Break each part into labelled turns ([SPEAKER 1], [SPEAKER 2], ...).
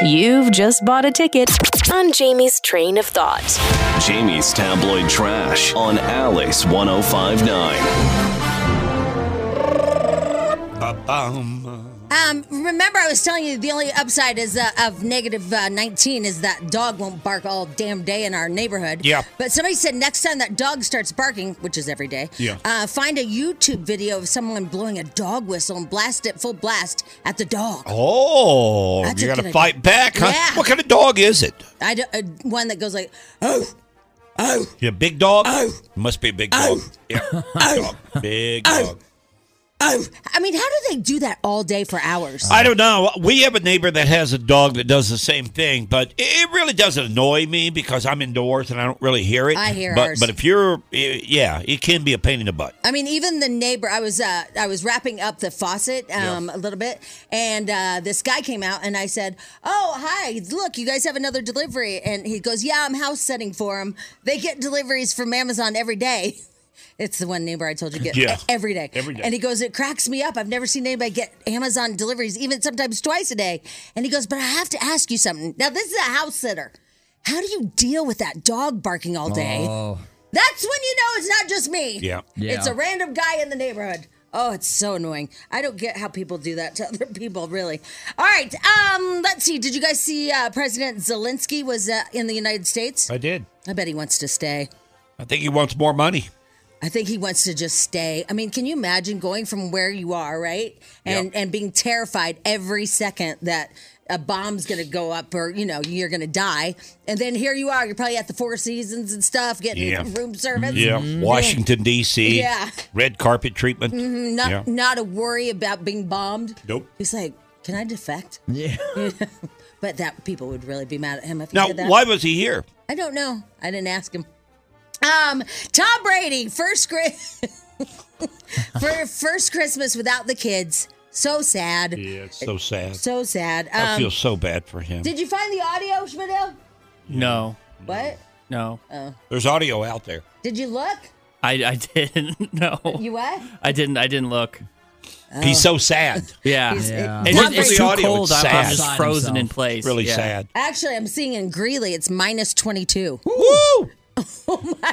[SPEAKER 1] You've just bought a ticket on Jamie's train of thought.
[SPEAKER 2] Jamie's tabloid trash on Alice 1059.
[SPEAKER 3] Um, remember, I was telling you the only upside is uh, of negative, uh, 19 is that dog won't bark all damn day in our neighborhood.
[SPEAKER 4] Yeah.
[SPEAKER 3] But somebody said next time that dog starts barking, which is every day,
[SPEAKER 4] Yeah.
[SPEAKER 3] uh, find a YouTube video of someone blowing a dog whistle and blast it full blast at the dog.
[SPEAKER 4] Oh,
[SPEAKER 3] That's
[SPEAKER 4] you
[SPEAKER 3] a
[SPEAKER 4] got to
[SPEAKER 3] good
[SPEAKER 4] fight
[SPEAKER 3] idea.
[SPEAKER 4] back, huh?
[SPEAKER 3] Yeah.
[SPEAKER 4] What kind of dog is it?
[SPEAKER 3] I do, uh, one that goes like, oh, oh,
[SPEAKER 4] Yeah, big dog.
[SPEAKER 3] Ow.
[SPEAKER 4] Must be a big
[SPEAKER 3] Ow.
[SPEAKER 4] dog. Yeah, big
[SPEAKER 3] Ow.
[SPEAKER 4] dog. Big
[SPEAKER 3] Ow.
[SPEAKER 4] dog.
[SPEAKER 3] oh. I mean, how do they do that all day for hours?
[SPEAKER 4] I don't know. We have a neighbor that has a dog that does the same thing, but it really doesn't annoy me because I'm indoors and I don't really hear it.
[SPEAKER 3] I hear
[SPEAKER 4] but,
[SPEAKER 3] ours.
[SPEAKER 4] But if you're, yeah, it can be a pain in the butt.
[SPEAKER 3] I mean, even the neighbor. I was uh, I was wrapping up the faucet um, a little bit, and uh, this guy came out, and I said, "Oh, hi! Look, you guys have another delivery." And he goes, "Yeah, I'm house setting for them. They get deliveries from Amazon every day." It's the one neighbor I told you get
[SPEAKER 4] Yeah.
[SPEAKER 3] e- every day.
[SPEAKER 4] Every day.
[SPEAKER 3] And he goes, it cracks me up. I've never seen anybody get Amazon deliveries, even sometimes twice a day. And he goes, but I have to ask you something. Now this is a house sitter. How do you deal with that dog barking all day?
[SPEAKER 4] Oh.
[SPEAKER 3] That's when you know it's not just me.
[SPEAKER 4] Yeah.
[SPEAKER 3] It's a random guy in the neighborhood. Oh, it's so annoying. I don't get how people do that to other people, really. All right. Um, let's see. Did you guys see uh, President Zelensky was uh, in the United States?
[SPEAKER 4] I did.
[SPEAKER 3] I bet he wants to stay.
[SPEAKER 4] I think he wants more money.
[SPEAKER 3] I think he wants to just stay. I mean, can you imagine going from where you are, right? And and being terrified every second that a bomb's going to go up or, you know, you're going to die. And then here you are, you're probably at the Four Seasons and stuff getting
[SPEAKER 4] Yeah.
[SPEAKER 3] room service.
[SPEAKER 4] Washington
[SPEAKER 3] Mm-hmm.
[SPEAKER 4] D.C.
[SPEAKER 3] Yeah.
[SPEAKER 4] Red carpet treatment.
[SPEAKER 3] Not
[SPEAKER 4] Yeah.
[SPEAKER 3] not a worry about being bombed.
[SPEAKER 4] Nope.
[SPEAKER 3] He's like, "Can I defect?"
[SPEAKER 5] Yeah.
[SPEAKER 3] But that people would really be mad at him if he
[SPEAKER 4] Now,
[SPEAKER 3] did that.
[SPEAKER 4] why was he here?
[SPEAKER 3] I don't know. I didn't ask him. Um, Tom Brady, first grade for first Christmas without the kids. So sad.
[SPEAKER 4] Yeah, it's so sad.
[SPEAKER 3] So sad. Um,
[SPEAKER 4] I feel so bad for him.
[SPEAKER 3] did you find the audio, Schmidl?
[SPEAKER 5] No.
[SPEAKER 3] What?
[SPEAKER 5] No.
[SPEAKER 4] There's audio out there.
[SPEAKER 3] Did you look?
[SPEAKER 5] I, I didn't. No.
[SPEAKER 3] You what?
[SPEAKER 5] I didn't. I didn't look.
[SPEAKER 4] He's so sad.
[SPEAKER 5] Yeah.
[SPEAKER 3] He's-
[SPEAKER 5] yeah.
[SPEAKER 3] it-
[SPEAKER 5] It's,
[SPEAKER 3] Look
[SPEAKER 5] just-
[SPEAKER 3] for
[SPEAKER 5] it's
[SPEAKER 3] the
[SPEAKER 5] too
[SPEAKER 4] audio,
[SPEAKER 5] cold.
[SPEAKER 4] it's
[SPEAKER 5] I'm, I'm
[SPEAKER 4] sad.
[SPEAKER 5] just frozen in place.
[SPEAKER 4] Really
[SPEAKER 5] Yeah.
[SPEAKER 4] sad.
[SPEAKER 3] Actually, I'm seeing in Greeley it's minus 22.
[SPEAKER 4] Woo!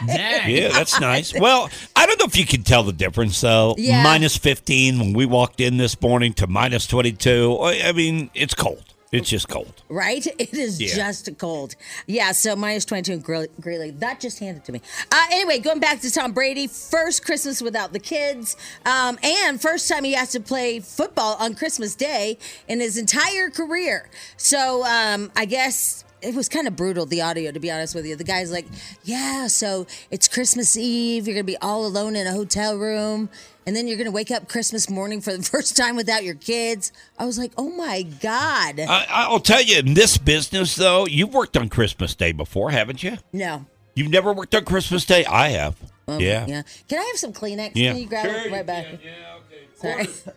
[SPEAKER 5] Dang.
[SPEAKER 4] Yeah, that's nice. Well, I don't know if you can tell the difference though.
[SPEAKER 3] Yeah.
[SPEAKER 4] Minus 15 when we walked in this morning to minus 22. I I mean, it's cold. It's just cold.
[SPEAKER 3] Right? It is
[SPEAKER 4] Yeah.
[SPEAKER 3] just cold. Yeah, so minus 22 in Gre- Greeley. That just handed to me. Uh, anyway, going back to Tom Brady, first Christmas without the kids, um, and first time he has to play football on Christmas Day in his entire career. So um, I guess it was kind of brutal, the audio, to be honest with you. The guy's like, Yeah, so it's Christmas Eve. You're going to be all alone in a hotel room. And then you're going to wake up Christmas morning for the first time without your kids. I was like, Oh my God.
[SPEAKER 4] I, I'll tell you, in this business though, you've worked on Christmas Day before, haven't you?
[SPEAKER 3] no.
[SPEAKER 4] You've never worked on Christmas Day? I have. yeah.
[SPEAKER 3] Oh, Yeah. Can I have some Kleenex?
[SPEAKER 4] Yeah.
[SPEAKER 3] Can you grab it right back? Yeah, okay. Sorry.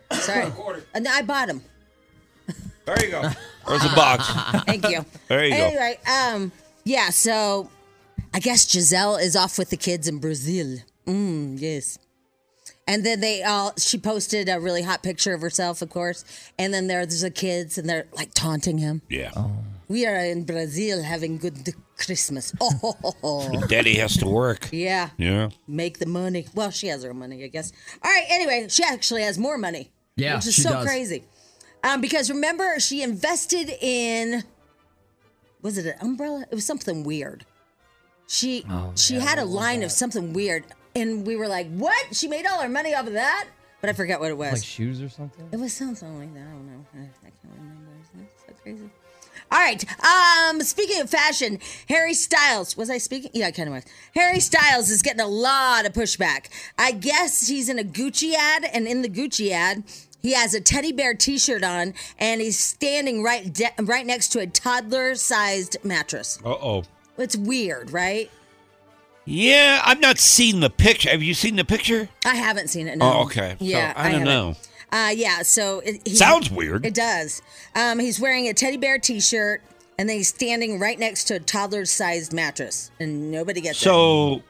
[SPEAKER 3] Sorry. Uh, no, I bought them.
[SPEAKER 4] There you go. There's a box.
[SPEAKER 3] Thank you.
[SPEAKER 4] There you go.
[SPEAKER 3] anyway, um, yeah, so I guess Giselle is off with the kids in Brazil. Mm, yes. And then they all, she posted a really hot picture of herself, of course. And then there's the kids and they're like taunting him.
[SPEAKER 4] Yeah.
[SPEAKER 3] We are in Brazil having good Christmas. Oh, ho, ho, ho.
[SPEAKER 4] Daddy has to work.
[SPEAKER 3] yeah.
[SPEAKER 4] Yeah.
[SPEAKER 3] Make the money. Well, she has her money, I guess. All right. Anyway, she actually has more money.
[SPEAKER 6] Yeah,
[SPEAKER 3] which is
[SPEAKER 6] she
[SPEAKER 3] so
[SPEAKER 6] does.
[SPEAKER 3] crazy. Um, because remember, she invested in was it an umbrella? It was something weird. She
[SPEAKER 6] Oh,
[SPEAKER 3] she had a line of something weird, and we were like, "What? She made all her money off of that?" But I forget what it was.
[SPEAKER 6] Like shoes or something?
[SPEAKER 3] It was something like that. I don't know. I, I can't remember. It's so crazy. All right. Um, speaking of fashion, Harry Styles. Was I speaking? Yeah, I kind of was. Harry Styles is getting a lot of pushback. I guess he's in a Gucci ad, and in the Gucci ad, he has a teddy bear T-shirt on, and he's standing right de- right next to a toddler-sized mattress.
[SPEAKER 4] Uh oh.
[SPEAKER 3] It's weird, right?
[SPEAKER 4] Yeah, I've not seen the picture. Have you seen the picture?
[SPEAKER 3] I haven't seen it. No.
[SPEAKER 4] Oh, okay. So,
[SPEAKER 3] Yeah,
[SPEAKER 4] I
[SPEAKER 3] haven't.
[SPEAKER 4] don't know.
[SPEAKER 3] Uh, yeah. So it he-
[SPEAKER 4] Sounds weird.
[SPEAKER 3] It does. Um, he's wearing a teddy bear T-shirt, and then he's standing right next to a toddler-sized mattress, and nobody gets it.
[SPEAKER 4] So,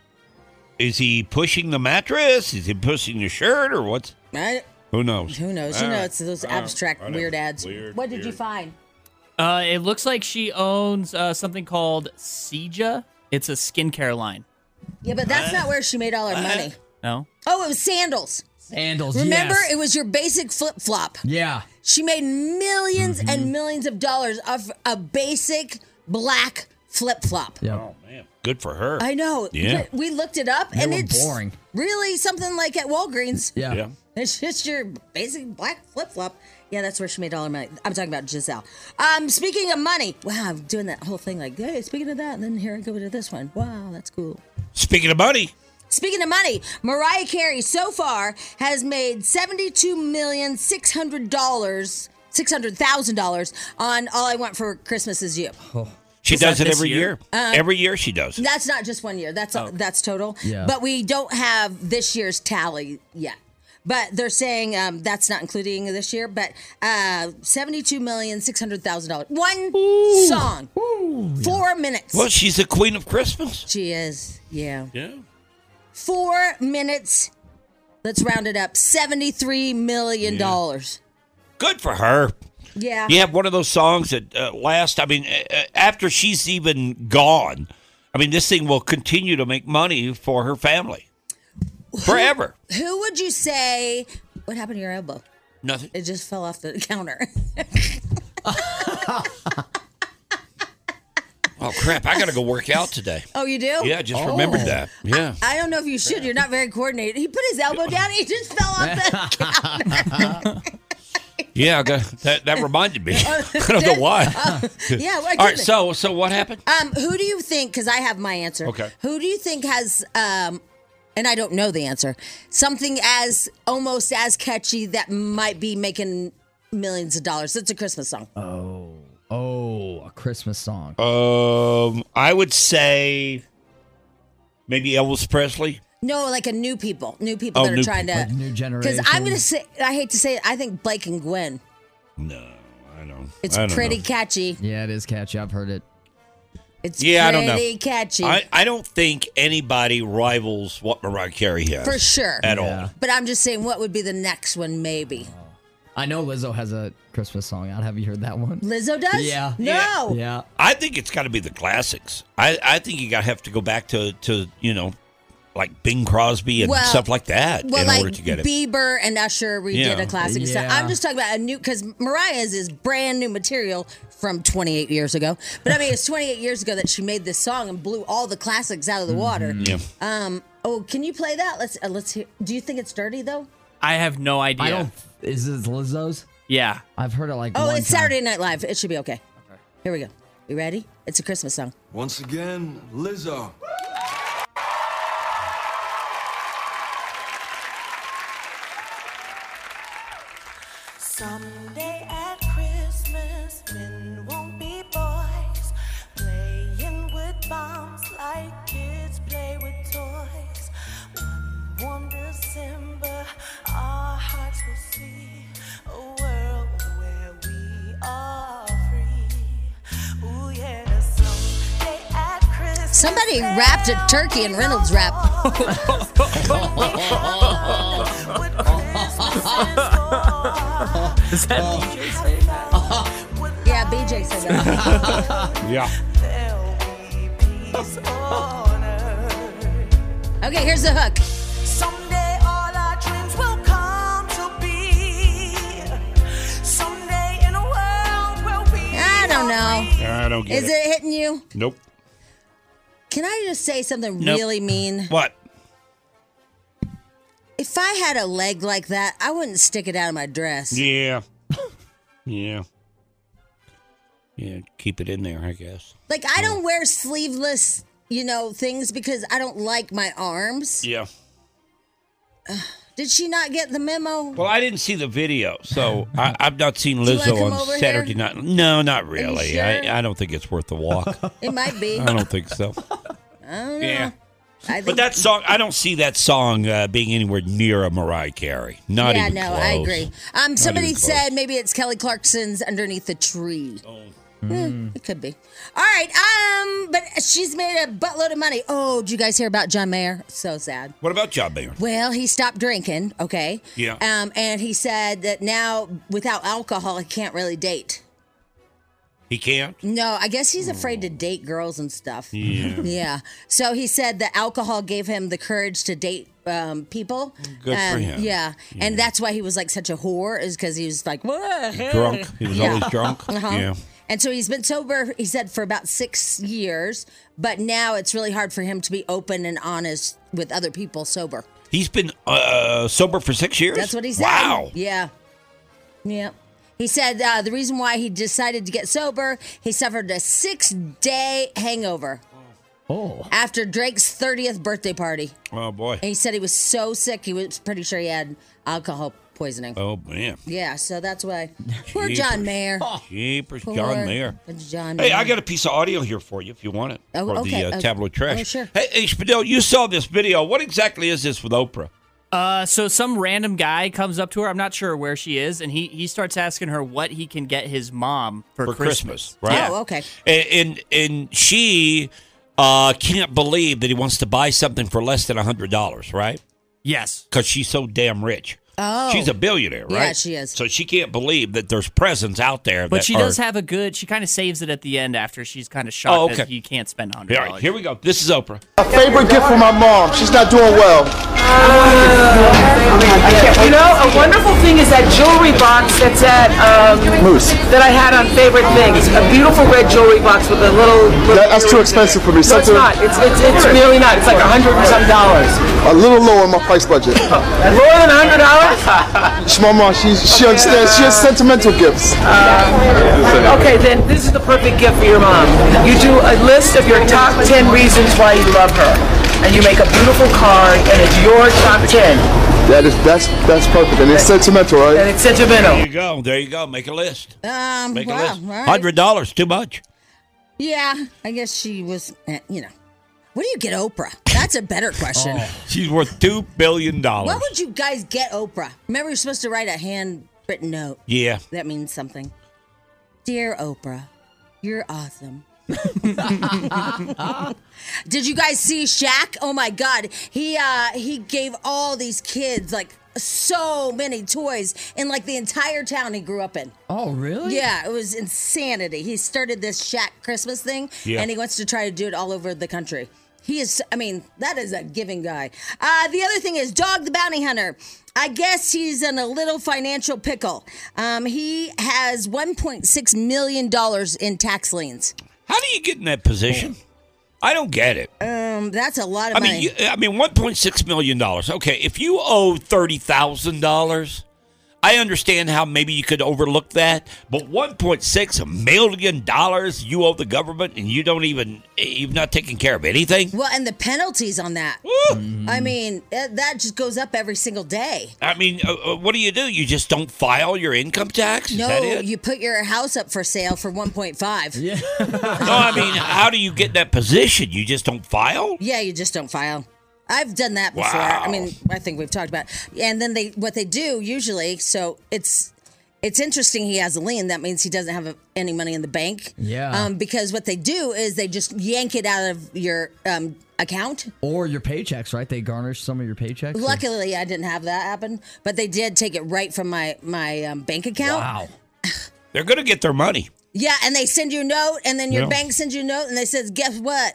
[SPEAKER 4] is he pushing the mattress? Is he pushing the shirt or what's?
[SPEAKER 3] I-
[SPEAKER 4] Who knows?
[SPEAKER 3] who knows?
[SPEAKER 4] All
[SPEAKER 3] you know,
[SPEAKER 4] right.
[SPEAKER 3] it's those
[SPEAKER 4] All right.
[SPEAKER 3] abstract
[SPEAKER 4] Whatever.
[SPEAKER 3] weird ads.
[SPEAKER 4] Weird,
[SPEAKER 3] what did you
[SPEAKER 4] weird.
[SPEAKER 3] find?
[SPEAKER 5] Uh, it looks like she owns uh, something called Seja. It's a skincare line.
[SPEAKER 3] Yeah, but that's not where she made all her money.
[SPEAKER 5] No.
[SPEAKER 3] Oh, it was sandals.
[SPEAKER 6] Sandals.
[SPEAKER 3] Remember,
[SPEAKER 6] yes.
[SPEAKER 3] it was your basic flip flop.
[SPEAKER 6] Yeah.
[SPEAKER 3] She made 1000000s
[SPEAKER 4] Mm-hmm.
[SPEAKER 3] and millions of dollars off a basic black flip flop.
[SPEAKER 6] Yeah.
[SPEAKER 4] Good for her.
[SPEAKER 3] I know.
[SPEAKER 4] Yeah.
[SPEAKER 3] We looked it up,
[SPEAKER 6] They
[SPEAKER 3] and
[SPEAKER 6] were
[SPEAKER 3] it's
[SPEAKER 6] boring.
[SPEAKER 3] really something like at Walgreens.
[SPEAKER 6] Yeah.
[SPEAKER 4] Yeah.
[SPEAKER 3] It's just your basic black flip flop. Yeah, that's where she made all her money. I'm talking about Giselle. Um, speaking of money, wow, I'm doing that whole thing like, hey, speaking of that, and then here I go to this one. Wow, that's cool.
[SPEAKER 4] Speaking of money,
[SPEAKER 3] Speaking of money, Mariah Carey so far has made seventy-two million six hundred dollars, six hundred thousand dollars on "All I Want for Christmas Is You."
[SPEAKER 4] she
[SPEAKER 5] Was
[SPEAKER 4] does
[SPEAKER 5] that
[SPEAKER 4] it
[SPEAKER 5] this
[SPEAKER 4] every year.
[SPEAKER 5] year?
[SPEAKER 4] every year she does. it.
[SPEAKER 3] That's not just one year. That's that's total.
[SPEAKER 6] Yeah.
[SPEAKER 3] But we don't have this year's tally yet. But they're saying um, that's not including this year. But uh, seventy-two million six hundred thousand dollars. One song, four minutes.
[SPEAKER 4] Well, she's the queen of Christmas.
[SPEAKER 3] She is. Yeah.
[SPEAKER 4] Yeah.
[SPEAKER 3] Four minutes. Let's round it up. Seventy-three million dollars.
[SPEAKER 4] Good for her.
[SPEAKER 3] Yeah.
[SPEAKER 4] You have one of those songs that uh, last. I mean, uh, uh, after she's even gone, I mean, this thing will continue to make money for her family forever.
[SPEAKER 3] Who would you say? What happened to your elbow?
[SPEAKER 4] Nothing.
[SPEAKER 3] It just fell off the counter.
[SPEAKER 4] Oh crap! I gotta go work out today.
[SPEAKER 3] oh, you do?
[SPEAKER 4] Yeah, I just remembered that. Yeah.
[SPEAKER 3] I don't know if you should. You're not very coordinated. He put his elbow down. He just fell off the.
[SPEAKER 4] Yeah, I got, that that reminded me.
[SPEAKER 3] Oh,
[SPEAKER 4] I don't know why.
[SPEAKER 3] yeah. Well,
[SPEAKER 4] All right, so so what happened?
[SPEAKER 3] um, who do you think? Because I have my answer.
[SPEAKER 4] Okay.
[SPEAKER 3] Who do you think has um, and I don't know the answer. Something as almost as catchy that might be making millions of dollars. It's a Christmas song.
[SPEAKER 6] Oh. Oh, a Christmas song.
[SPEAKER 4] Um, I would say maybe Elvis Presley.
[SPEAKER 3] No, like a new people, new people
[SPEAKER 4] Oh,
[SPEAKER 3] that are
[SPEAKER 4] new
[SPEAKER 3] trying
[SPEAKER 6] Like
[SPEAKER 3] to.
[SPEAKER 6] new generation.
[SPEAKER 3] Because I'm gonna say, I hate to say it, I think Blake and Gwen.
[SPEAKER 4] No, I don't.
[SPEAKER 3] It's
[SPEAKER 4] I don't
[SPEAKER 3] pretty
[SPEAKER 4] know.
[SPEAKER 3] catchy.
[SPEAKER 6] Yeah, it is catchy. I've heard it.
[SPEAKER 3] It's
[SPEAKER 4] Yeah, I don't know.
[SPEAKER 3] pretty catchy
[SPEAKER 4] I, I don't think anybody rivals what Mariah Carey has
[SPEAKER 3] for sure.
[SPEAKER 4] at all.
[SPEAKER 6] Yeah.
[SPEAKER 3] But I'm just saying, what would be the next one? Maybe
[SPEAKER 6] I know Lizzo has a Christmas song out. Have you heard that one?
[SPEAKER 3] Lizzo does.
[SPEAKER 6] Yeah.
[SPEAKER 3] No.
[SPEAKER 6] Yeah.
[SPEAKER 4] I think it's got to be the classics. I, I think you got to have to go back to to you know like Bing Crosby and
[SPEAKER 3] Well-
[SPEAKER 4] stuff like that
[SPEAKER 3] Well,
[SPEAKER 4] in
[SPEAKER 3] like
[SPEAKER 4] order to get it.
[SPEAKER 3] Bieber and Usher redid
[SPEAKER 4] Yeah.
[SPEAKER 3] a classic. So
[SPEAKER 6] Yeah.
[SPEAKER 3] I'm just talking about a new because Mariah's is brand new material from 28 years ago. But I mean, it's 28 years ago that she made this song and blew all the classics out of the
[SPEAKER 6] Mm-hmm.
[SPEAKER 3] water.
[SPEAKER 4] yeah.
[SPEAKER 3] Um. Oh, can you play that? Let's uh, let's hear. Do you think it's dirty though?
[SPEAKER 5] I have no idea.
[SPEAKER 6] I don't. Is this Lizzo's?
[SPEAKER 5] Yeah.
[SPEAKER 6] I've heard it like.
[SPEAKER 3] Oh,
[SPEAKER 6] one
[SPEAKER 3] it's
[SPEAKER 6] time.
[SPEAKER 3] Saturday Night Live. It should be okay. Here we go. You ready? It's a Christmas song.
[SPEAKER 7] Once again, Lizzo.
[SPEAKER 8] Someday at Christmas, men won't be boys, playing with bombs like kids play with toys. One warm December, our hearts will see a world where we are free. Ooh, yeah, someday at Christmas.
[SPEAKER 3] Somebody wrapped a turkey in Reynolds wrap.
[SPEAKER 5] Is that
[SPEAKER 3] Yeah, BJ said that.
[SPEAKER 4] yeah.
[SPEAKER 3] okay, here's the hook.
[SPEAKER 8] Someday all our dreams will come to be. Someday in a world where we
[SPEAKER 3] I don't know.
[SPEAKER 4] I don't get
[SPEAKER 3] Is
[SPEAKER 4] it.
[SPEAKER 3] it hitting you?
[SPEAKER 4] Nope.
[SPEAKER 3] Can I just say something
[SPEAKER 4] Nope.
[SPEAKER 3] really mean?
[SPEAKER 4] What?
[SPEAKER 3] If I had a leg like that, I wouldn't stick it out of my dress.
[SPEAKER 4] Yeah. yeah. Yeah. Keep it in there, I guess.
[SPEAKER 3] Like I don't wear sleeveless, you know, things because I don't like my arms.
[SPEAKER 4] Yeah.
[SPEAKER 3] Did she not get the memo?
[SPEAKER 4] Well, I didn't see the video, so I, I've not seen
[SPEAKER 3] Do you wanna
[SPEAKER 4] Lizzo
[SPEAKER 3] come
[SPEAKER 4] on
[SPEAKER 3] over
[SPEAKER 4] Saturday
[SPEAKER 3] here?
[SPEAKER 4] night. No, not really.
[SPEAKER 3] sure?
[SPEAKER 4] I, I don't think it's worth the walk.
[SPEAKER 3] It might be.
[SPEAKER 4] I don't think so.
[SPEAKER 3] I don't know.
[SPEAKER 4] Yeah.
[SPEAKER 3] I
[SPEAKER 4] But that song, I don't see that song uh, being anywhere near a Mariah Carey. Not
[SPEAKER 3] yeah,
[SPEAKER 4] even
[SPEAKER 3] no,
[SPEAKER 4] close.
[SPEAKER 3] I agree. Um,
[SPEAKER 4] Not
[SPEAKER 3] somebody
[SPEAKER 4] even close.
[SPEAKER 3] said maybe it's Kelly Clarkson's underneath the tree. Oh.
[SPEAKER 4] Hmm.
[SPEAKER 3] it could be. All right. Um, but she's made a buttload of money. Oh, did you guys hear about John Mayer? So sad.
[SPEAKER 4] What about John Mayer?
[SPEAKER 3] Well, he stopped drinking. Okay.
[SPEAKER 4] Yeah.
[SPEAKER 3] Um, and he said that now without alcohol, he can't really date.
[SPEAKER 4] He can't?
[SPEAKER 3] No, I guess he's afraid to
[SPEAKER 4] Oh.
[SPEAKER 3] date girls and stuff.
[SPEAKER 4] Yeah.
[SPEAKER 3] Yeah. So he said that alcohol gave him the courage to date um, people.
[SPEAKER 4] Good for
[SPEAKER 3] Um,
[SPEAKER 4] him.
[SPEAKER 3] Yeah. And that's why he was like such a whore, is because he was like, "Whoa."
[SPEAKER 4] Drunk. He was
[SPEAKER 3] Yeah.
[SPEAKER 4] always drunk.
[SPEAKER 3] Uh-huh.
[SPEAKER 4] Yeah.
[SPEAKER 3] And so he's been sober, he said, for about six years, but now it's really hard for him to be open and honest with other people sober.
[SPEAKER 4] He's been uh, sober for six years?
[SPEAKER 3] That's what he said.
[SPEAKER 4] Wow.
[SPEAKER 3] Yeah. Yeah. He said uh, the reason why he decided to get sober, he suffered a six day hangover
[SPEAKER 6] Oh.
[SPEAKER 3] after Drake's 30th birthday party.
[SPEAKER 4] Oh, boy.
[SPEAKER 3] And he said he was so sick, he was pretty sure he had alcohol poisoning.
[SPEAKER 4] Oh, man.
[SPEAKER 3] Yeah, so that's why. Poor
[SPEAKER 4] Jeepers.
[SPEAKER 3] John Mayer.
[SPEAKER 4] Jeepers,
[SPEAKER 3] Poor
[SPEAKER 4] Oh, John Mayer.
[SPEAKER 3] John
[SPEAKER 4] Hey, I
[SPEAKER 3] Mayer.
[SPEAKER 4] got a piece of audio here for you if you want it.
[SPEAKER 3] Oh,
[SPEAKER 4] for
[SPEAKER 3] okay,
[SPEAKER 4] the uh,
[SPEAKER 3] okay.
[SPEAKER 4] tabloid trash.
[SPEAKER 5] Oh, sure.
[SPEAKER 4] Hey, hey Spadil, you saw this video. What exactly is this with Oprah?
[SPEAKER 5] Uh, so some random guy comes up to her. I'm not sure where she is, and he he starts asking her what he can get his mom for,
[SPEAKER 4] For Christmas, right?
[SPEAKER 5] Yeah.
[SPEAKER 4] Oh,
[SPEAKER 3] okay.
[SPEAKER 4] And and, and she uh, can't believe that he wants to buy something for less than hundred dollars, right?
[SPEAKER 5] Yes,
[SPEAKER 4] because she's so damn rich.
[SPEAKER 5] Oh.
[SPEAKER 4] she's a billionaire,
[SPEAKER 5] Yeah,
[SPEAKER 4] right?
[SPEAKER 5] she is.
[SPEAKER 4] So she can't believe that there's presents out there.
[SPEAKER 5] But
[SPEAKER 4] that
[SPEAKER 5] she
[SPEAKER 4] are-
[SPEAKER 5] does have a good. She kind of saves it at the end after she's kind of shocked
[SPEAKER 4] Oh, okay.
[SPEAKER 5] that you can't spend hundred
[SPEAKER 4] All right,
[SPEAKER 5] dollars.
[SPEAKER 4] here we go. This is Oprah.
[SPEAKER 9] A favorite gift for my mom. She's not doing well.
[SPEAKER 10] You know, a wonderful thing is that jewelry box that's at um,
[SPEAKER 9] Moose.
[SPEAKER 10] that I had on favorite things. A beautiful red jewelry box with a little. little
[SPEAKER 9] That- that's too expensive for me.
[SPEAKER 10] No, it's
[SPEAKER 9] Something-
[SPEAKER 10] not. It's, it's, it's really not. It's like a hundred and some dollars.
[SPEAKER 9] A little low on my price budget.
[SPEAKER 10] More than a hundred dollars?
[SPEAKER 9] She- my mom, she, she understands. She has sentimental gifts.
[SPEAKER 10] Um, Okay, then this is the perfect gift for your mom. You do a list of your top 10 reasons why you love her, and you make a beautiful card, and it's your top 10.
[SPEAKER 9] That is that's that's perfect, and it's sentimental, right?
[SPEAKER 10] And it's sentimental.
[SPEAKER 4] There you go. There you go. Make a list.
[SPEAKER 3] Um,
[SPEAKER 4] Make
[SPEAKER 3] wow,
[SPEAKER 4] a list.
[SPEAKER 3] all right.
[SPEAKER 4] Hundred dollars, too much.
[SPEAKER 3] Yeah, I guess she was, eh, you know. What do you get Oprah? That's a better
[SPEAKER 4] Oh,
[SPEAKER 3] question.
[SPEAKER 4] She's worth two billion dollars.
[SPEAKER 3] What would you guys get Oprah? Remember, you're supposed to write a handwritten note.
[SPEAKER 4] Yeah.
[SPEAKER 3] That means something. Dear Oprah, you're awesome. Did you guys see Shaq? Oh my God, he uh, he gave all these kids like so many toys in like the entire town he grew up in.
[SPEAKER 6] Oh, really?
[SPEAKER 3] Yeah, it was insanity. He started this Shaq Christmas thing,
[SPEAKER 6] Yeah.
[SPEAKER 3] and he wants to try to do it all over the country. He is, I mean, that is a giving guy. Uh, the other thing is Dog the Bounty Hunter. I guess he's in a little financial pickle. Um, he has $1.6 million in tax liens.
[SPEAKER 4] How do you get in that position? I don't get it.
[SPEAKER 3] Um, that's a lot of
[SPEAKER 4] I
[SPEAKER 3] money.
[SPEAKER 4] mean, you, I mean, one point six million dollars. Okay, if you owe thirty thousand dollars, I understand how maybe you could overlook that. But one point six million dollars you owe the government, and you don't even you've not taken care of anything.
[SPEAKER 3] well, and the penalties on that.
[SPEAKER 4] Mm.
[SPEAKER 3] I mean, eh, that just goes up every single day.
[SPEAKER 4] I mean, uh, uh, what do you do? You just don't file your income tax? Is that
[SPEAKER 3] No,
[SPEAKER 4] it?
[SPEAKER 3] you put your house up for sale for 1.5. Yeah.
[SPEAKER 4] no, I mean, how do you get in that position? You just don't file?
[SPEAKER 3] Yeah, you just don't file. I've done that before.
[SPEAKER 4] Wow.
[SPEAKER 3] I mean, I think we've talked about. It. And then they what they do usually. So it's it's interesting. He has a lien. That means he doesn't have a, any money in the bank.
[SPEAKER 6] Yeah.
[SPEAKER 3] Um, because what they do is they just yank it out of your um, account.
[SPEAKER 6] Or your paychecks, right? They garnish some of your paychecks. or-
[SPEAKER 3] Luckily, I didn't have that happen. But they did take it right from my my um, bank account.
[SPEAKER 6] Wow.
[SPEAKER 4] They're going to get their money.
[SPEAKER 3] Yeah, and they send you a note, and then your
[SPEAKER 4] Yeah.
[SPEAKER 3] bank sends you a note, and they says, "Guess what?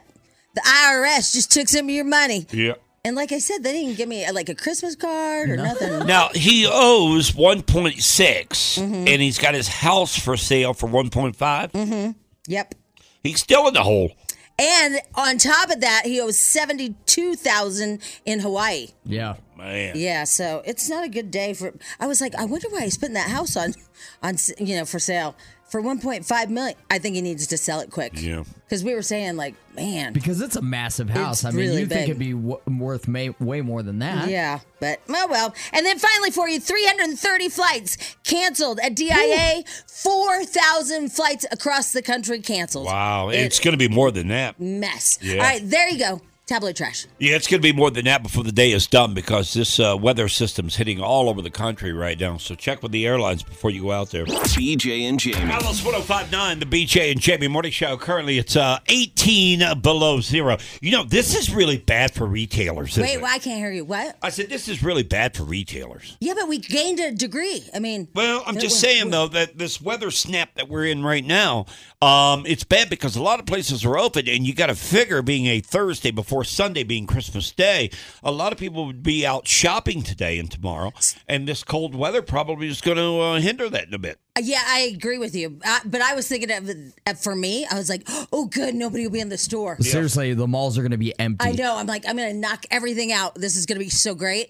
[SPEAKER 3] The IRS just took some of your money."
[SPEAKER 4] Yeah.
[SPEAKER 3] And like I said, they didn't give me uh, like a Christmas card or nothing.
[SPEAKER 4] Now he owes one point six,
[SPEAKER 3] Mhm.
[SPEAKER 4] and he's got his house for sale for one point five.
[SPEAKER 3] Mm-hmm. Yep.
[SPEAKER 4] He's still in the hole.
[SPEAKER 3] And on top of that, he owes seventy-two thousand in Hawaii.
[SPEAKER 6] Yeah,
[SPEAKER 4] man.
[SPEAKER 3] Yeah, so it's not a good day for. I was like, I wonder why he's putting that house on, on s- you know, for sale for one point five million. I think he needs to sell it quick.
[SPEAKER 6] Yeah.
[SPEAKER 3] Because we were saying like, man,
[SPEAKER 6] because it's a massive house.
[SPEAKER 3] It's
[SPEAKER 6] I mean,
[SPEAKER 3] really
[SPEAKER 6] you'd
[SPEAKER 3] big.
[SPEAKER 6] think it'd be w- worth may- way more than that.
[SPEAKER 3] Yeah, but oh well. And then finally for you, 330 flights canceled at DIA, 4,000 flights across the country canceled.
[SPEAKER 4] Wow,
[SPEAKER 3] It- Mm-hmm.
[SPEAKER 4] it's going to be more than that.
[SPEAKER 3] Mess.
[SPEAKER 4] Yeah.
[SPEAKER 3] All right, there you go. Tabloid trash.
[SPEAKER 4] Yeah, it's going to be more than that before the day is done because this uh, weather system's hitting all over the country right now. So check with the airlines before you go out there.
[SPEAKER 2] BJ and Jamie.
[SPEAKER 4] Alice 1059, the BJ and Jamie Morning Show. Currently, it's uh, 18 below zero. You know, this is really bad for retailers. Isn't
[SPEAKER 3] Wait,
[SPEAKER 4] it?
[SPEAKER 3] well, I can't hear you. What?
[SPEAKER 4] I said this is really bad for retailers.
[SPEAKER 3] Yeah, but we gained a degree. I mean,
[SPEAKER 4] Well, I'm
[SPEAKER 3] It
[SPEAKER 4] just
[SPEAKER 3] was-
[SPEAKER 4] saying though that this weather snap that we're in right now, um, it's bad because a lot of places are open, and you got to figure being a Thursday before Sunday being Christmas Day, a lot of people would be out shopping today and tomorrow, and this cold weather probably is going to uh, hinder that in a bit.
[SPEAKER 3] uh, yeah, I agree with you. Uh, but I was thinking of, uh, for me, I was like, oh, good, nobody will be in the store.
[SPEAKER 6] Seriously, the malls are going to be empty.
[SPEAKER 3] I know. I'm like, I'm going to knock everything out. This is going to be so great.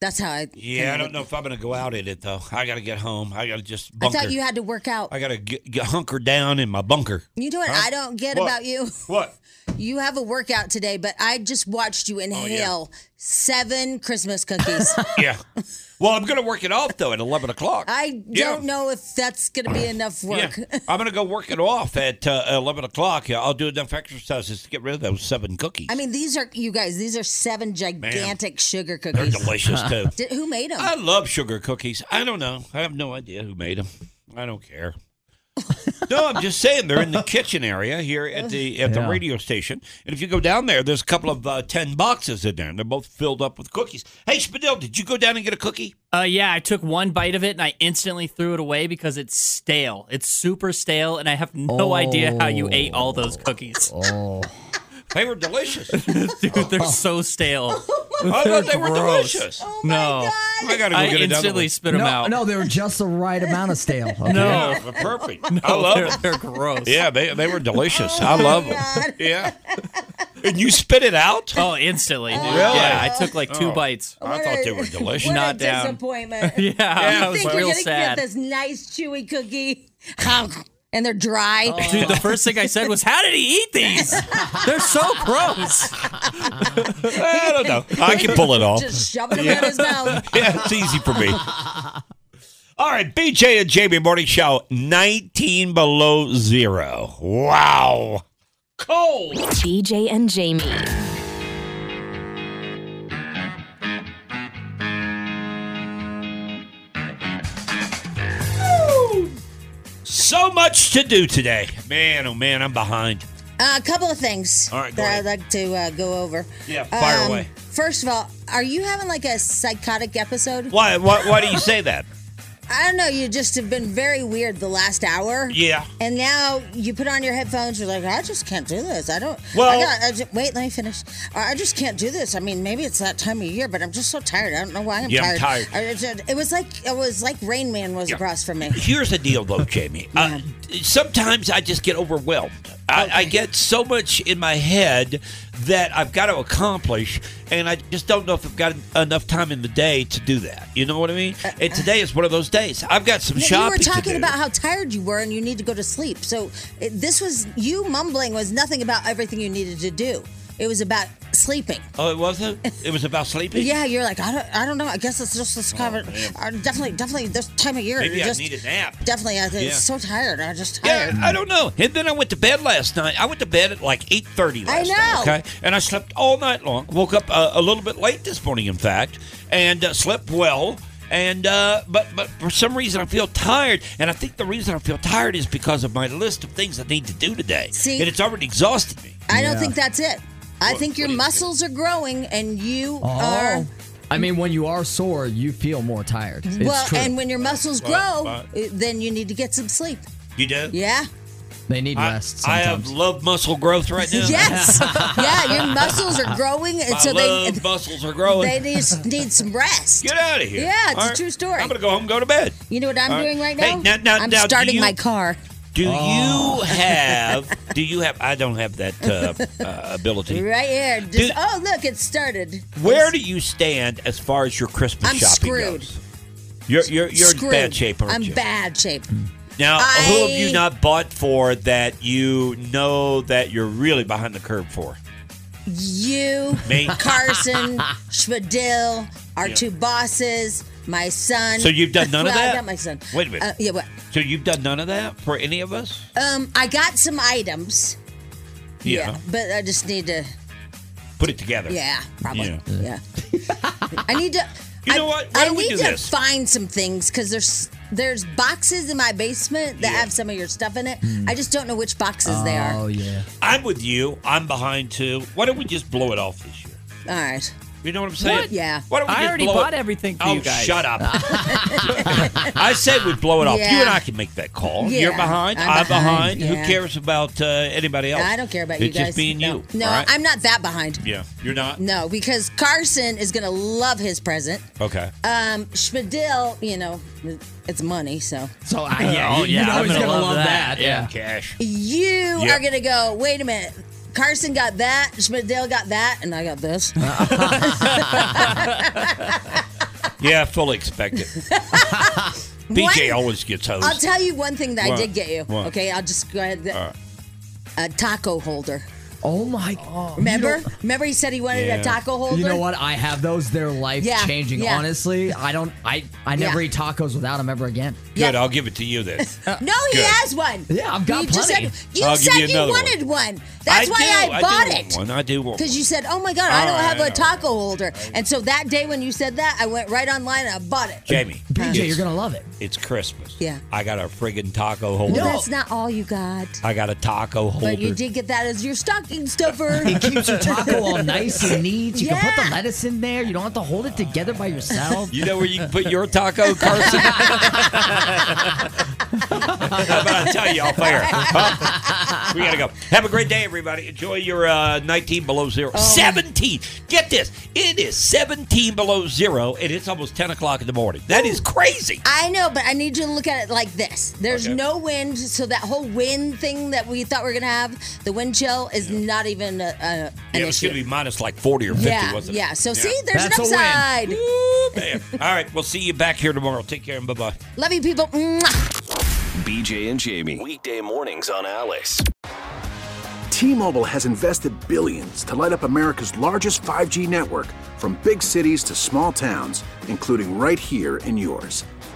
[SPEAKER 3] That's how I.
[SPEAKER 4] Yeah, I don't know if I'm going to go out in it though. I got to get home. I got to just bunker.
[SPEAKER 3] I thought you had to work out.
[SPEAKER 4] I got to get, get hunker down in my bunker.
[SPEAKER 3] You know what
[SPEAKER 4] Huh?
[SPEAKER 3] I don't get
[SPEAKER 4] What?
[SPEAKER 3] about you?
[SPEAKER 4] What?
[SPEAKER 3] You have a workout today, but I just watched
[SPEAKER 4] Oh,
[SPEAKER 3] you inhale seven Christmas cookies.
[SPEAKER 4] Yeah. Well, I'm going to work it off though at 11 o'clock.
[SPEAKER 3] I
[SPEAKER 4] Yeah.
[SPEAKER 3] don't know if that's going to be enough work.
[SPEAKER 4] Yeah. I'm going to go work it off at uh, 11 o'clock. Yeah, I'll do enough exercises to get rid of those seven cookies.
[SPEAKER 3] I mean, these are, you guys, these are seven gigantic sugar cookies.
[SPEAKER 4] delicious, too.
[SPEAKER 3] Did, who made them?
[SPEAKER 4] I love sugar cookies. I don't know. I have no idea who made them. I don't care. no, I'm just saying they're in the kitchen area here at the at the
[SPEAKER 11] Yeah.
[SPEAKER 4] radio station. And if you go down there, there's a couple of uh, ten boxes in there, and they're both filled up with cookies. Hey, Spadil, did you go down and get a cookie?
[SPEAKER 5] Uh, yeah, I took one bite of it and I instantly threw it away because it's stale. It's super stale, and I have no idea how you ate all those cookies.
[SPEAKER 6] Oh.
[SPEAKER 4] They were delicious.
[SPEAKER 5] Dude, they're so stale.
[SPEAKER 4] I thought they
[SPEAKER 5] They're
[SPEAKER 4] were
[SPEAKER 5] gross.
[SPEAKER 4] delicious.
[SPEAKER 5] no.
[SPEAKER 4] I gotta go
[SPEAKER 5] I
[SPEAKER 4] get another
[SPEAKER 5] instantly
[SPEAKER 4] one.
[SPEAKER 5] spit them
[SPEAKER 6] no,
[SPEAKER 5] out.
[SPEAKER 6] No, they were just the right amount of stale. okay?
[SPEAKER 4] Yeah, they're perfect. I love
[SPEAKER 5] they're-
[SPEAKER 4] them.
[SPEAKER 5] They're gross.
[SPEAKER 4] Yeah, they they were delicious. I love them. Yeah. And you spit it out?
[SPEAKER 5] Oh, instantly. Dude.
[SPEAKER 4] Really?
[SPEAKER 5] Yeah, I took like two
[SPEAKER 4] two
[SPEAKER 5] bites.
[SPEAKER 4] I thought they were delicious.
[SPEAKER 3] what
[SPEAKER 5] Not
[SPEAKER 3] a
[SPEAKER 5] down.
[SPEAKER 3] disappointment.
[SPEAKER 5] Yeah, I
[SPEAKER 3] you
[SPEAKER 5] was
[SPEAKER 3] think you're
[SPEAKER 5] real
[SPEAKER 3] gonna
[SPEAKER 5] sad.
[SPEAKER 3] get this nice chewy cookie, and they're dry.
[SPEAKER 5] Dude, the first thing I said was, "How did he eat these? They're so gross."
[SPEAKER 4] I don't know. I can pull it off.
[SPEAKER 3] Just shoving them
[SPEAKER 4] Yeah.
[SPEAKER 3] in his mouth.
[SPEAKER 4] yeah, it's easy for me. All right, BJ and Jamie Morning Show, 19 below zero. Wow. Cold.
[SPEAKER 1] BJ and Jamie.
[SPEAKER 4] So much to do today. Man, oh man, I'm behind.
[SPEAKER 3] Uh, a couple of things
[SPEAKER 4] All right, go
[SPEAKER 3] that
[SPEAKER 4] ahead.
[SPEAKER 3] I'd like to uh, go over. Um,
[SPEAKER 4] Yeah, fire away.
[SPEAKER 3] First of all, are you having like a psychotic episode?
[SPEAKER 4] Why, why, why do you say that?
[SPEAKER 3] I don't know. You just have been very weird the last hour.
[SPEAKER 4] Yeah.
[SPEAKER 3] And now you put on your headphones. You're like, I just can't do this. I don't.
[SPEAKER 4] Well-
[SPEAKER 3] I got, I ju- wait, let me finish. I I just can't do this. I mean, maybe it's that time of year, but I'm just so tired. I don't know why I'm
[SPEAKER 4] Yeah, I'm
[SPEAKER 3] tired.
[SPEAKER 4] tired.
[SPEAKER 3] I- I ju- it was like it was like Rain Man was across from me.
[SPEAKER 4] Here's the deal, though, Jamie. Uh, sometimes I just get overwhelmed. I, I get so much in my head that I've got to accomplish, and I just don't know if I've got enough time in the day to do that. You know what I mean? And today is one of those days. I've got some
[SPEAKER 3] Uh, Yeah, you
[SPEAKER 4] shopping
[SPEAKER 3] were talking
[SPEAKER 4] to do.
[SPEAKER 3] about how tired you were and you need to go to sleep. So it, this was you mumbling was nothing about everything you needed to do. It was about sleeping.
[SPEAKER 4] oh, it wasn't. It was about sleeping.
[SPEAKER 3] Yeah, you're like I don't, I don't know. I guess it's just this kind of I definitely, definitely this time of year.
[SPEAKER 4] Oh, Maybe
[SPEAKER 3] you
[SPEAKER 4] I
[SPEAKER 3] just,
[SPEAKER 4] need a nap.
[SPEAKER 3] Definitely, I was
[SPEAKER 4] Yeah.
[SPEAKER 3] so tired. I just
[SPEAKER 4] Yeah,
[SPEAKER 3] tired.
[SPEAKER 4] I don't know. And then I went to bed last night. I went to bed at like eight thirty
[SPEAKER 3] I
[SPEAKER 4] last night.
[SPEAKER 3] know.
[SPEAKER 4] Okay, and I slept all night long. Woke up uh, a little bit late this morning, in fact, and uh, slept well. And uh, but but for some reason I feel tired, and I think the reason I feel tired is because of my list of things I need to do today,
[SPEAKER 3] See?
[SPEAKER 4] and it's already exhausted me.
[SPEAKER 3] I don't think that's it. I
[SPEAKER 4] What-
[SPEAKER 3] think your muscles are growing and you
[SPEAKER 6] Oh.
[SPEAKER 3] are.
[SPEAKER 6] I mean, when you are sore, you feel more tired. It's
[SPEAKER 3] well,
[SPEAKER 6] true.
[SPEAKER 3] and when your muscles
[SPEAKER 6] But-
[SPEAKER 3] grow,
[SPEAKER 6] but-
[SPEAKER 3] uh, then you need to get some sleep.
[SPEAKER 4] You do?
[SPEAKER 3] Yeah.
[SPEAKER 6] They need rest.
[SPEAKER 4] I
[SPEAKER 6] Sometimes.
[SPEAKER 4] have love muscle growth right now.
[SPEAKER 3] Yes. yeah, your muscles are growing, and
[SPEAKER 4] My
[SPEAKER 3] so
[SPEAKER 4] love
[SPEAKER 3] they
[SPEAKER 4] muscles are growing.
[SPEAKER 3] they need, need some rest.
[SPEAKER 4] Get out of here.
[SPEAKER 3] Yeah, it's
[SPEAKER 4] All
[SPEAKER 3] a
[SPEAKER 4] right.
[SPEAKER 3] true story.
[SPEAKER 4] I'm gonna go home and go to bed.
[SPEAKER 3] You know what I'm
[SPEAKER 4] All right.
[SPEAKER 3] doing right now?
[SPEAKER 4] Hey, now- now-
[SPEAKER 3] I'm
[SPEAKER 4] now, do
[SPEAKER 3] starting
[SPEAKER 4] you-
[SPEAKER 3] my car.
[SPEAKER 4] Do
[SPEAKER 3] Oh.
[SPEAKER 4] you have? Do you have? I don't have that uh, uh, ability.
[SPEAKER 3] Right here. Just,
[SPEAKER 4] Do-
[SPEAKER 3] oh, look, it started.
[SPEAKER 4] Where do you stand as far as your Christmas
[SPEAKER 3] I'm
[SPEAKER 4] shopping
[SPEAKER 3] screwed.
[SPEAKER 4] goes? You're you're, you're in
[SPEAKER 3] Screwed.
[SPEAKER 4] bad shape, aren't
[SPEAKER 3] I'm
[SPEAKER 4] you?
[SPEAKER 3] bad shape.
[SPEAKER 4] Now, who have
[SPEAKER 3] I-
[SPEAKER 4] you not bought for that you know that you're really behind the curve for?
[SPEAKER 3] You,
[SPEAKER 4] Me?
[SPEAKER 3] Carson, Schmidl, our
[SPEAKER 4] Yeah.
[SPEAKER 3] two bosses, my son.
[SPEAKER 4] So you've done none of
[SPEAKER 3] Well,
[SPEAKER 4] that?
[SPEAKER 3] Not my son.
[SPEAKER 4] Wait a minute.
[SPEAKER 3] Uh, yeah, what?
[SPEAKER 4] So you've done none of that for any of us?
[SPEAKER 3] Um, I got some items,
[SPEAKER 4] Yeah.
[SPEAKER 3] but I just need to.
[SPEAKER 4] Put it together.
[SPEAKER 3] Yeah, probably.
[SPEAKER 4] Yeah.
[SPEAKER 3] Yeah. I need to.
[SPEAKER 4] You know
[SPEAKER 3] I,
[SPEAKER 4] what? Why
[SPEAKER 3] I
[SPEAKER 4] don't we
[SPEAKER 3] need
[SPEAKER 4] do
[SPEAKER 3] to
[SPEAKER 4] this?
[SPEAKER 3] find some things because there's there's boxes in my basement that have some of your stuff in it.
[SPEAKER 4] Hmm.
[SPEAKER 3] I just don't know which boxes they are.
[SPEAKER 4] Oh,
[SPEAKER 3] All
[SPEAKER 6] yeah.
[SPEAKER 4] I'm with you. I'm behind too. Why don't we just blow it off this year?
[SPEAKER 3] right.
[SPEAKER 4] You know what I'm saying?
[SPEAKER 3] What? Yeah.
[SPEAKER 4] Why don't we
[SPEAKER 5] I
[SPEAKER 4] just
[SPEAKER 5] already
[SPEAKER 4] blow
[SPEAKER 5] bought
[SPEAKER 4] it-
[SPEAKER 5] everything for
[SPEAKER 4] oh,
[SPEAKER 5] you guys.
[SPEAKER 4] shut up. I said we'd blow it off. You
[SPEAKER 3] Yeah.
[SPEAKER 4] and I can make that call.
[SPEAKER 3] Yeah,
[SPEAKER 4] You're behind.
[SPEAKER 3] I'm
[SPEAKER 4] I'm, behind.
[SPEAKER 3] behind,
[SPEAKER 4] Who
[SPEAKER 3] yeah.
[SPEAKER 4] cares about uh, anybody else?
[SPEAKER 3] I don't care about you
[SPEAKER 4] It's
[SPEAKER 3] guys.
[SPEAKER 4] just me and
[SPEAKER 3] no.
[SPEAKER 4] you.
[SPEAKER 3] No,
[SPEAKER 4] all right?
[SPEAKER 3] I'm not that behind.
[SPEAKER 4] Yeah, you're not.
[SPEAKER 3] No, because Carson is gonna love his present.
[SPEAKER 4] Okay.
[SPEAKER 3] Um, Schmidl, you know, it's money, so.
[SPEAKER 6] So
[SPEAKER 4] I
[SPEAKER 5] yeah, you- Oh, yeah, I'm
[SPEAKER 6] always
[SPEAKER 5] gonna love
[SPEAKER 6] love
[SPEAKER 5] that, yeah.
[SPEAKER 4] cash.
[SPEAKER 3] You
[SPEAKER 4] Yeah.
[SPEAKER 3] are gonna go. Wait a minute. Carson got that. Schmidl got that, and I got this.
[SPEAKER 4] Yeah, I fully expect it. BJ always gets hosed.
[SPEAKER 3] I'll tell you one thing that
[SPEAKER 4] What?
[SPEAKER 3] I did get you.
[SPEAKER 4] What?
[SPEAKER 3] Okay, I'll just go ahead.
[SPEAKER 4] All right.
[SPEAKER 3] A taco holder.
[SPEAKER 6] Oh my!
[SPEAKER 3] Remember?
[SPEAKER 6] You
[SPEAKER 3] Remember he said he wanted
[SPEAKER 6] Yeah.
[SPEAKER 3] a taco holder.
[SPEAKER 6] You know what? I have those. They're life
[SPEAKER 3] Yeah,
[SPEAKER 6] changing.
[SPEAKER 3] yeah.
[SPEAKER 6] Honestly, I don't. I I never
[SPEAKER 3] Yeah.
[SPEAKER 6] eat tacos without them ever again.
[SPEAKER 4] Good, I'll give it to you then.
[SPEAKER 3] No, he
[SPEAKER 4] Good.
[SPEAKER 3] has one.
[SPEAKER 6] Yeah, I've got
[SPEAKER 3] you just
[SPEAKER 6] plenty.
[SPEAKER 3] said you
[SPEAKER 4] I'll give
[SPEAKER 3] said
[SPEAKER 4] you
[SPEAKER 3] you,
[SPEAKER 4] another one.
[SPEAKER 3] wanted one. That's
[SPEAKER 4] I
[SPEAKER 3] why
[SPEAKER 4] do,
[SPEAKER 3] I bought
[SPEAKER 4] do want
[SPEAKER 3] it.
[SPEAKER 4] One. I Ah, do want
[SPEAKER 3] Because
[SPEAKER 4] one.
[SPEAKER 3] you said, "Oh my God, I
[SPEAKER 4] All
[SPEAKER 3] don't have
[SPEAKER 4] right,
[SPEAKER 3] a
[SPEAKER 4] all right.
[SPEAKER 3] taco holder," and so that day when you said that, I went right online and I bought it.
[SPEAKER 4] Jamie,
[SPEAKER 6] BJ,
[SPEAKER 4] it's-
[SPEAKER 6] you're gonna love it.
[SPEAKER 4] It's Christmas.
[SPEAKER 3] Yeah.
[SPEAKER 4] I got a friggin' taco holder.
[SPEAKER 3] Well, that's not all you got,
[SPEAKER 4] I got a taco holder.
[SPEAKER 3] but you did get that as your stocking stuffer.
[SPEAKER 6] It keeps your taco all nice and neat. You can put the
[SPEAKER 3] Yeah.
[SPEAKER 6] lettuce in there. You don't have to hold it together by yourself.
[SPEAKER 4] You know where you can put your taco, Carson? How about I tell you off air? Huh? We gotta go. Have a great day, everybody. Enjoy your uh, 19 below
[SPEAKER 3] Oh.
[SPEAKER 4] zero. 17. Get this. It is 17 below zero, and it's almost 10 o'clock in the morning. That is crazy.
[SPEAKER 3] I know, but I need you to look at it like this. There's no wind, so that whole wind thing that we thought we were gonna have, the wind chill, is not even a, a, an
[SPEAKER 4] Yeah, it was
[SPEAKER 3] issue.
[SPEAKER 4] gonna be minus like 40 or 50,
[SPEAKER 3] yeah,
[SPEAKER 4] wasn't it?
[SPEAKER 3] yeah. So see, there's
[SPEAKER 4] That's a
[SPEAKER 3] an
[SPEAKER 4] win.
[SPEAKER 3] upside.
[SPEAKER 4] Man. All right, we'll see you back here tomorrow. Take care and bye bye.
[SPEAKER 3] Love you, people. Mwah.
[SPEAKER 2] BJ and Jamie. Weekday mornings on Alice.
[SPEAKER 12] T-Mobile has invested billions to light up America's largest 5G network from big cities to small towns, including right here in yours.